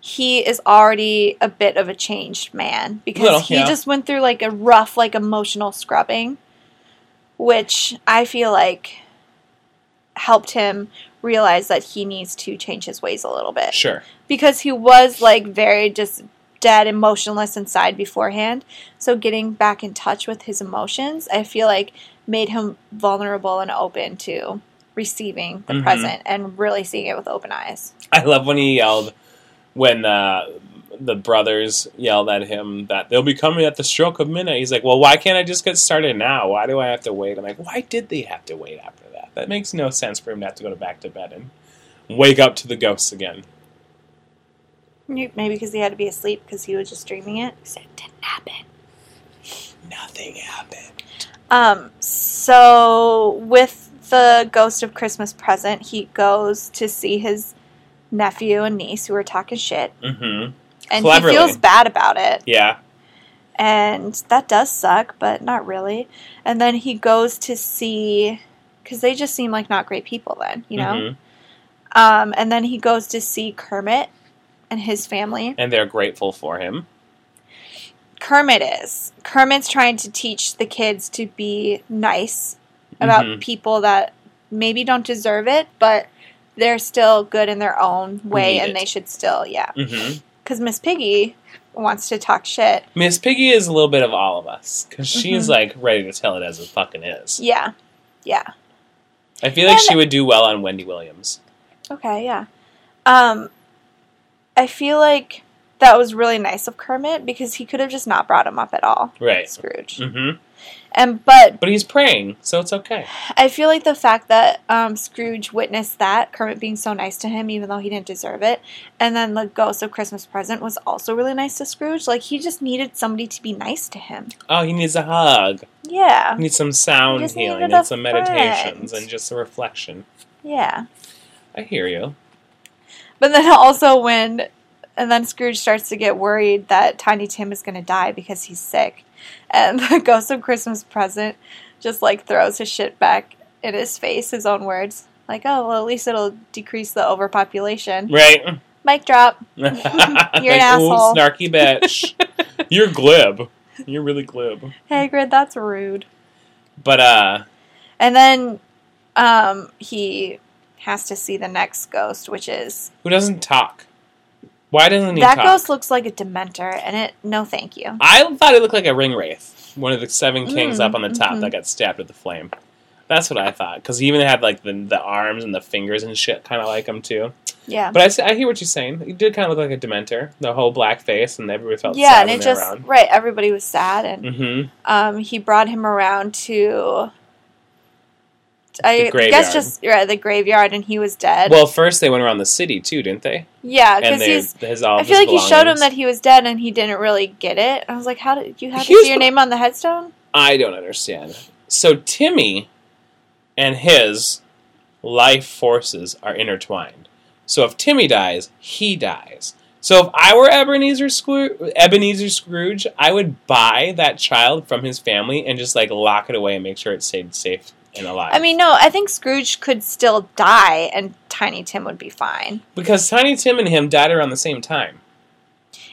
[SPEAKER 1] he is already a bit of a changed man because
[SPEAKER 2] Little,
[SPEAKER 1] he
[SPEAKER 2] yeah.
[SPEAKER 1] just went through like a rough like emotional scrubbing, which I feel like helped him realize that he needs to change his ways a little bit.
[SPEAKER 2] sure.
[SPEAKER 1] because he was like very just dead emotionless inside beforehand so getting back in touch with his emotions i feel like made him vulnerable and open to receiving the
[SPEAKER 2] Mhm.
[SPEAKER 1] present and really seeing it with open eyes
[SPEAKER 2] I love when he yelled when uh, the brothers yelled at him that they'll be coming at the stroke of midnight. He's like, "Well, why can't I just get started now? Why do I have to wait?" I'm like, "Why did they have to wait after that? That makes no sense for him to have to go to back to bed and wake up to the ghosts again."
[SPEAKER 1] maybe because he had to be asleep because he was just dreaming it so it didn't happen
[SPEAKER 2] Nothing happened.
[SPEAKER 1] um so with the ghost of christmas present he goes to see his nephew and niece who are talking shit
[SPEAKER 2] Mm-hmm.
[SPEAKER 1] and
[SPEAKER 2] Cleverly.
[SPEAKER 1] he feels bad about it
[SPEAKER 2] Yeah,
[SPEAKER 1] and that does suck, but not really. And then he goes to see because they just seem like not great people then, you know.
[SPEAKER 2] Mhm.
[SPEAKER 1] Um, and then he goes to see Kermit and his family.
[SPEAKER 2] and they're grateful for him.
[SPEAKER 1] Kermit is Kermit's trying to teach the kids to be nice about
[SPEAKER 2] Mhm.
[SPEAKER 1] people that maybe don't deserve it, but they're still good in their own way,
[SPEAKER 2] Need
[SPEAKER 1] and
[SPEAKER 2] it.
[SPEAKER 1] they should still, yeah.
[SPEAKER 2] Mhm.
[SPEAKER 1] Because Miss Piggy wants to talk shit,
[SPEAKER 2] Miss Piggy is a little bit of all of us because she's
[SPEAKER 1] Mhm.
[SPEAKER 2] like ready to tell it as it fucking is.
[SPEAKER 1] yeah, yeah.
[SPEAKER 2] I feel like
[SPEAKER 1] And-
[SPEAKER 2] she would do well on Wendy Williams.
[SPEAKER 1] Okay, yeah. Um, I feel like that was really nice of Kermit because he could have just not brought him up at all.
[SPEAKER 2] Right.
[SPEAKER 1] Scrooge.
[SPEAKER 2] hmm
[SPEAKER 1] And but
[SPEAKER 2] But he's praying, so it's okay.
[SPEAKER 1] I feel like the fact that um, Scrooge witnessed that Kermit being so nice to him, even though he didn't deserve it, and then the ghost of Christmas present was also really nice to Scrooge. Like he just needed somebody to be nice to him.
[SPEAKER 2] Oh, he needs a hug.
[SPEAKER 1] Yeah,
[SPEAKER 2] He needs some sound
[SPEAKER 1] He just
[SPEAKER 2] healing
[SPEAKER 1] needed
[SPEAKER 2] and
[SPEAKER 1] a
[SPEAKER 2] some
[SPEAKER 1] friend.
[SPEAKER 2] meditations and just a reflection.
[SPEAKER 1] yeah.
[SPEAKER 2] I hear you.
[SPEAKER 1] But then also when, and then Scrooge starts to get worried that Tiny Tim is going to die because he's sick, and the Ghost of Christmas Present just like throws his shit back in his face, his own words, like, "Oh well, at least it'll decrease the overpopulation."
[SPEAKER 2] Right?
[SPEAKER 1] Mic drop.
[SPEAKER 2] You're
[SPEAKER 1] an asshole."
[SPEAKER 2] snarky bitch. You're glib. You're really glib.
[SPEAKER 1] Hagrid, that's rude.
[SPEAKER 2] But, uh,
[SPEAKER 1] And then um, he has to see the next ghost, which is
[SPEAKER 2] who doesn't talk? Why doesn't he
[SPEAKER 1] that
[SPEAKER 2] talk?
[SPEAKER 1] ghost looks like a Dementor, and it no, thank you.
[SPEAKER 2] I thought it looked like a ring wraith, one of the seven kings
[SPEAKER 1] Mm,
[SPEAKER 2] up on the top
[SPEAKER 1] mhm.
[SPEAKER 2] that got stabbed with the flame. That's what I thought, because he even had like the, the arms and the fingers and shit, kind of like him too.
[SPEAKER 1] Yeah,
[SPEAKER 2] But I s- I, hear what you're saying. He did kind of look like a dementor, the whole black face, and everybody felt
[SPEAKER 1] yeah,
[SPEAKER 2] sad
[SPEAKER 1] and
[SPEAKER 2] when
[SPEAKER 1] it
[SPEAKER 2] they were
[SPEAKER 1] just
[SPEAKER 2] around.
[SPEAKER 1] right. Everybody was sad, and
[SPEAKER 2] Mm-hmm.
[SPEAKER 1] um, he brought him around to.
[SPEAKER 2] The
[SPEAKER 1] I
[SPEAKER 2] graveyard.
[SPEAKER 1] guess just yeah, the graveyard, and he was dead.
[SPEAKER 2] Well, first they went around the city too, didn't they?
[SPEAKER 1] yeah,
[SPEAKER 2] And
[SPEAKER 1] because
[SPEAKER 2] they,
[SPEAKER 1] he's.
[SPEAKER 2] his all
[SPEAKER 1] I
[SPEAKER 2] of
[SPEAKER 1] feel
[SPEAKER 2] his
[SPEAKER 1] like he showed him
[SPEAKER 2] belongings.
[SPEAKER 1] that he was dead, and he didn't really get it. I was like, "How did you have to
[SPEAKER 2] Here's
[SPEAKER 1] see your
[SPEAKER 2] what-
[SPEAKER 1] name on the headstone?"
[SPEAKER 2] I don't understand. So Timmy and his life forces are intertwined. So if Timmy dies, he dies. So if I were Ebenezer Scrooge, Ebenezer Scrooge, I would buy that child from his family and just like lock it away and make sure it stayed safe and alive.
[SPEAKER 1] I mean, no, I think Scrooge could still die, and Tiny Tim would be fine
[SPEAKER 2] because Tiny Tim and him died around the same time.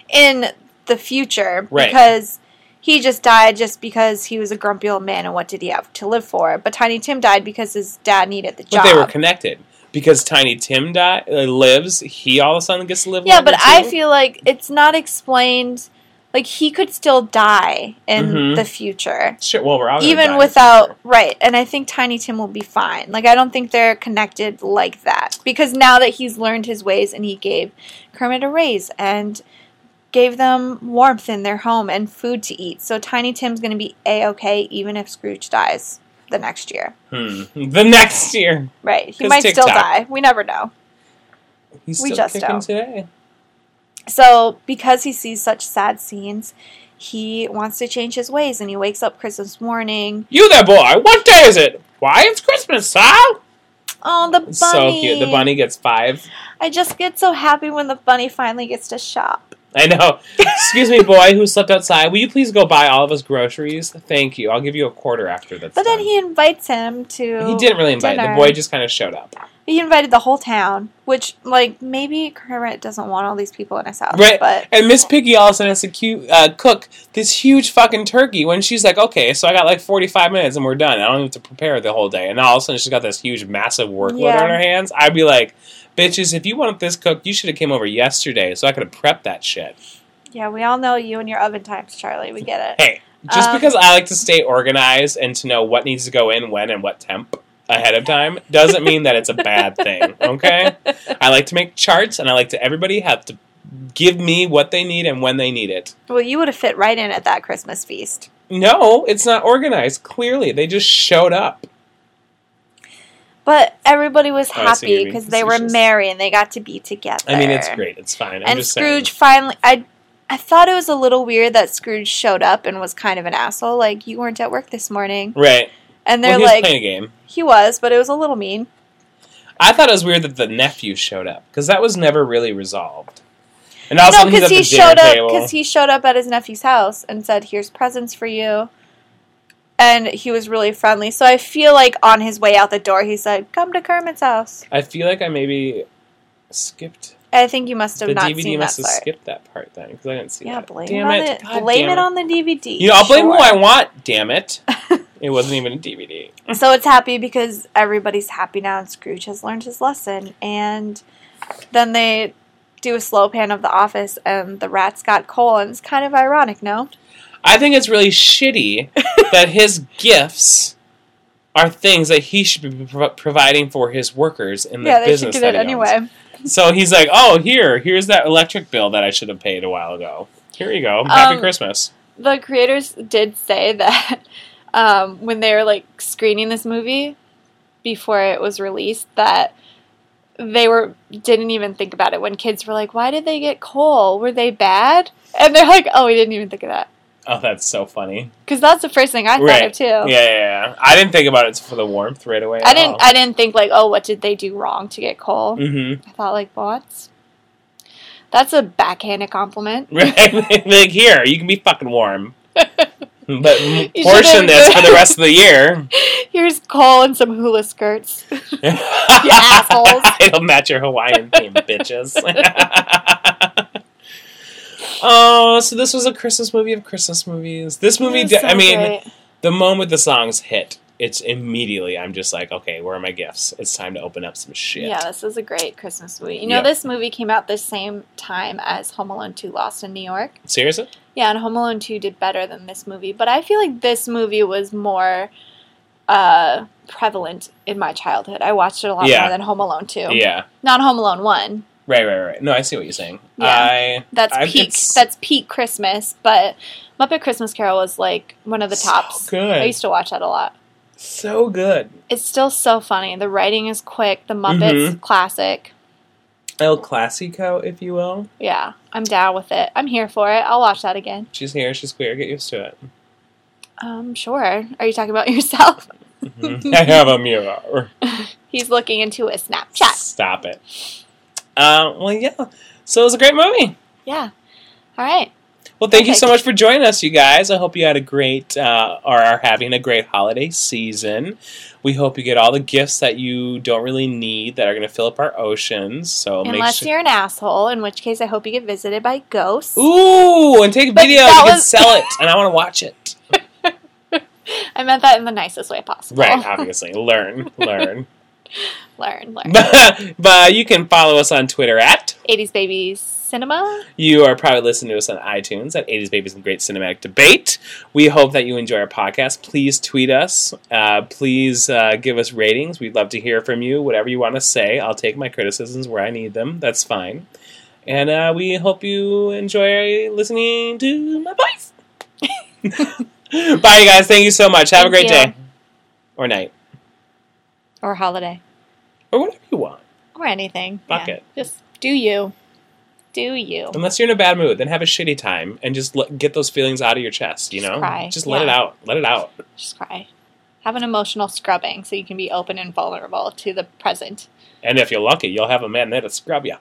[SPEAKER 1] in the future
[SPEAKER 2] Right.
[SPEAKER 1] because he just died just because he was a grumpy old man, and what did he have to live for? But Tiny Tim died because his dad needed the
[SPEAKER 2] But
[SPEAKER 1] job.
[SPEAKER 2] they were connected because Tiny Tim die, uh, lives. He all of a sudden gets to live.
[SPEAKER 1] Yeah,
[SPEAKER 2] longer,
[SPEAKER 1] but I
[SPEAKER 2] too.
[SPEAKER 1] feel like it's not explained. Like he could still die in
[SPEAKER 2] Mhm.
[SPEAKER 1] the future,
[SPEAKER 2] Sure, well, we're all gonna die in
[SPEAKER 1] even
[SPEAKER 2] the
[SPEAKER 1] without
[SPEAKER 2] future.
[SPEAKER 1] right. And I think Tiny Tim will be fine. Like I don't think they're connected like that because now that he's learned his ways and he gave Kermit a raise and gave them warmth in their home and food to eat, so Tiny Tim's going to be a okay even if Scrooge dies the next year.
[SPEAKER 2] Hmm. the next year.
[SPEAKER 1] Right? He
[SPEAKER 2] 'Cause
[SPEAKER 1] might still
[SPEAKER 2] TikTok.
[SPEAKER 1] die. We never know.
[SPEAKER 2] He's
[SPEAKER 1] We
[SPEAKER 2] still
[SPEAKER 1] just
[SPEAKER 2] kicking
[SPEAKER 1] don't.
[SPEAKER 2] today.
[SPEAKER 1] So, because he sees such sad scenes, he wants to change his ways and he wakes up Christmas morning.
[SPEAKER 2] You there, boy? What day is it? Why it's Christmas, huh?
[SPEAKER 1] Oh, the bunny.
[SPEAKER 2] It's So cute. The bunny gets five.
[SPEAKER 1] I just get so happy when the bunny finally gets to shop.
[SPEAKER 2] I know. Excuse me, boy, who slept outside. Will you please go buy all of us groceries? Thank you. I'll give you a quarter after that's
[SPEAKER 1] But then
[SPEAKER 2] done.
[SPEAKER 1] he invites him to.
[SPEAKER 2] He didn't really invite.
[SPEAKER 1] dinner.
[SPEAKER 2] The boy just kind of showed up.
[SPEAKER 1] He invited the whole town, which, like, maybe Kermit doesn't want all these people in his house.
[SPEAKER 2] Right.
[SPEAKER 1] But
[SPEAKER 2] And Miss Piggy all of a sudden has to cu- uh, cook this huge fucking turkey when she's like, okay, so I got like 45 minutes and we're done. I don't have to prepare the whole day. And all of a sudden she's got this huge, massive workload
[SPEAKER 1] Yeah.
[SPEAKER 2] on her hands. I'd be like, bitches, if you want this cooked, you should have came over yesterday so I could have prepped that shit.
[SPEAKER 1] yeah, we all know you and your oven times, Charlie. We get it.
[SPEAKER 2] Hey, just
[SPEAKER 1] Um,
[SPEAKER 2] because I like to stay organized and to know what needs to go in, when, and what temp ahead of time doesn't mean that it's a bad thing, okay? I like to make charts and I like to everybody have to give me what they need and when they need it.
[SPEAKER 1] Well, you would have fit right in at that Christmas feast.
[SPEAKER 2] No, it's not organized. Clearly, they just showed up.
[SPEAKER 1] But everybody was
[SPEAKER 2] Oh, I see what you
[SPEAKER 1] happy
[SPEAKER 2] mean.
[SPEAKER 1] because they were
[SPEAKER 2] Suspicious.
[SPEAKER 1] merry and they got to be together.
[SPEAKER 2] I mean, it's great. It's fine. I'm
[SPEAKER 1] and
[SPEAKER 2] just
[SPEAKER 1] Scrooge finally, I, I thought it was a little weird that Scrooge showed up and was kind of an asshole. Like you weren't at work this morning,
[SPEAKER 2] saying. Right.
[SPEAKER 1] and
[SPEAKER 2] Well,
[SPEAKER 1] they're
[SPEAKER 2] he was
[SPEAKER 1] like,
[SPEAKER 2] playing a game.
[SPEAKER 1] he was, but it was a little mean.
[SPEAKER 2] I thought it was weird that the nephew showed up because that was never really resolved. And also,
[SPEAKER 1] no,
[SPEAKER 2] he's
[SPEAKER 1] because
[SPEAKER 2] at the
[SPEAKER 1] he
[SPEAKER 2] dinner
[SPEAKER 1] showed up
[SPEAKER 2] table.
[SPEAKER 1] because he showed up at his nephew's house and said, "Here's presents for you," and he was really friendly. So I feel like on his way out the door, he said, "Come to Kermit's house."
[SPEAKER 2] I feel like I maybe skipped.
[SPEAKER 1] I think you must have
[SPEAKER 2] The
[SPEAKER 1] not
[SPEAKER 2] DVD
[SPEAKER 1] seen that
[SPEAKER 2] must have
[SPEAKER 1] part.
[SPEAKER 2] skipped that part then because I didn't see
[SPEAKER 1] Yeah,
[SPEAKER 2] that.
[SPEAKER 1] blame it
[SPEAKER 2] damn
[SPEAKER 1] on it.
[SPEAKER 2] God
[SPEAKER 1] blame
[SPEAKER 2] damn
[SPEAKER 1] it on the DVD.
[SPEAKER 2] You know, I'll blame who
[SPEAKER 1] sure.
[SPEAKER 2] I want. Damn it! it wasn't even a DVD.
[SPEAKER 1] So it's happy because everybody's happy now, and Scrooge has learned his lesson. And then they do a slow pan of the office, and the rat's got coal, and it's kind of ironic, no?
[SPEAKER 2] I think it's really shitty that his gifts are things that he should be pro- providing for his workers in the
[SPEAKER 1] yeah, they should
[SPEAKER 2] business
[SPEAKER 1] get
[SPEAKER 2] that
[SPEAKER 1] it
[SPEAKER 2] he owns.
[SPEAKER 1] anyway.
[SPEAKER 2] So he's like, "Oh, here, here's that electric bill that I should have paid a while ago. Here you go. Happy
[SPEAKER 1] Um,
[SPEAKER 2] Christmas."
[SPEAKER 1] the creators did say that um, when they were like screening this movie before it was released that they were didn't even think about it when kids were like why did they get coal were they bad and they're like oh we didn't even think of that
[SPEAKER 2] Oh, that's so funny.
[SPEAKER 1] because that's the first thing i thought
[SPEAKER 2] Right.
[SPEAKER 1] of too
[SPEAKER 2] Yeah, yeah, yeah. I didn't think about it for the warmth right away.
[SPEAKER 1] i didn't i didn't think like oh what did they do wrong to get coal
[SPEAKER 2] mm-hmm.
[SPEAKER 1] i thought like what that's a backhanded compliment
[SPEAKER 2] Right. like here, you can be fucking warm, but m-
[SPEAKER 1] You
[SPEAKER 2] portion
[SPEAKER 1] should've-
[SPEAKER 2] this for the rest of the year.
[SPEAKER 1] here's coal and some hula skirts
[SPEAKER 2] you
[SPEAKER 1] assholes.
[SPEAKER 2] It'll match your Hawaiian theme, bitches. oh, so this was a Christmas movie of Christmas movies. This movie,
[SPEAKER 1] That's
[SPEAKER 2] di-
[SPEAKER 1] so
[SPEAKER 2] I mean,
[SPEAKER 1] great.
[SPEAKER 2] the moment the songs hit, it's immediately, I'm just like, okay, where are my gifts? It's time to open up some shit.
[SPEAKER 1] Yeah, this is a great Christmas movie. You know,
[SPEAKER 2] Yeah.
[SPEAKER 1] this movie came out the same time as Home Alone 2 Lost in New York.
[SPEAKER 2] Seriously?
[SPEAKER 1] Yeah, and Home Alone 2 did better than this movie, but I feel like this movie was more uh, prevalent in my childhood. I watched it a lot
[SPEAKER 2] Yeah.
[SPEAKER 1] more than Home Alone 2.
[SPEAKER 2] Yeah.
[SPEAKER 1] Not Home Alone 1.
[SPEAKER 2] Right, right, right. No, I see what you're saying.
[SPEAKER 1] Yeah.
[SPEAKER 2] I
[SPEAKER 1] That's
[SPEAKER 2] I-
[SPEAKER 1] peak
[SPEAKER 2] it's-
[SPEAKER 1] that's peak Christmas, but Muppet Christmas Carol was like one of the
[SPEAKER 2] So
[SPEAKER 1] tops.
[SPEAKER 2] good.
[SPEAKER 1] I used to watch that a lot.
[SPEAKER 2] so good.
[SPEAKER 1] It's still so funny. The writing is quick, the Muppets
[SPEAKER 2] Mm-hmm.
[SPEAKER 1] classic.
[SPEAKER 2] El Clasico, if you will.
[SPEAKER 1] Yeah, I'm down with it. I'm here for it. I'll watch that again.
[SPEAKER 2] She's here. She's queer. Get used to it.
[SPEAKER 1] Um, sure. Are you talking about yourself?
[SPEAKER 2] Mhm. I have a mirror.
[SPEAKER 1] He's looking into a Snapchat.
[SPEAKER 2] Stop it. Um, well, yeah. So it was a great movie.
[SPEAKER 1] Yeah. All right.
[SPEAKER 2] Well, thank you
[SPEAKER 1] Okay.
[SPEAKER 2] so much for joining us, you guys. I hope you had a great uh, or are having a great holiday season. We hope you get all the gifts that you don't really need that are going to fill up our oceans. So
[SPEAKER 1] Unless
[SPEAKER 2] make sure.
[SPEAKER 1] you're an asshole, in which case I hope you get visited by ghosts.
[SPEAKER 2] Ooh, and take a
[SPEAKER 1] But
[SPEAKER 2] video. You
[SPEAKER 1] that
[SPEAKER 2] can
[SPEAKER 1] was-
[SPEAKER 2] sell it, and I want to watch it.
[SPEAKER 1] I meant that in the nicest way possible.
[SPEAKER 2] Right, obviously. Learn, learn.
[SPEAKER 1] learn, learn.
[SPEAKER 2] but you can follow us on Twitter at
[SPEAKER 1] 80s Babies Cinema.
[SPEAKER 2] You are probably listening to us on iTunes at 80s Babies and Great Cinematic Debate. We hope that you enjoy our podcast. Please tweet us. Uh, please uh, give us ratings. We'd love to hear from you. Whatever you want to say, I'll take my criticisms where I need them. That's fine. And uh, we hope you enjoy listening to my voice. Bye, you guys. Thank you so much. Have a
[SPEAKER 1] Thank
[SPEAKER 2] great
[SPEAKER 1] you.
[SPEAKER 2] day or night
[SPEAKER 1] Or holiday.
[SPEAKER 2] or whatever you want.
[SPEAKER 1] Or anything.
[SPEAKER 2] Fuck
[SPEAKER 1] Yeah.
[SPEAKER 2] it.
[SPEAKER 1] Just do you. Do you.
[SPEAKER 2] Unless you're in a bad mood, then have a shitty time and just let, get those feelings out of your chest. You
[SPEAKER 1] Just
[SPEAKER 2] know,
[SPEAKER 1] cry.
[SPEAKER 2] just let it
[SPEAKER 1] Yeah.
[SPEAKER 2] out. Let it out.
[SPEAKER 1] Just cry. Have an emotional scrubbing so you can be open and vulnerable to the present.
[SPEAKER 2] And if you're lucky, you'll have a man there to scrub you.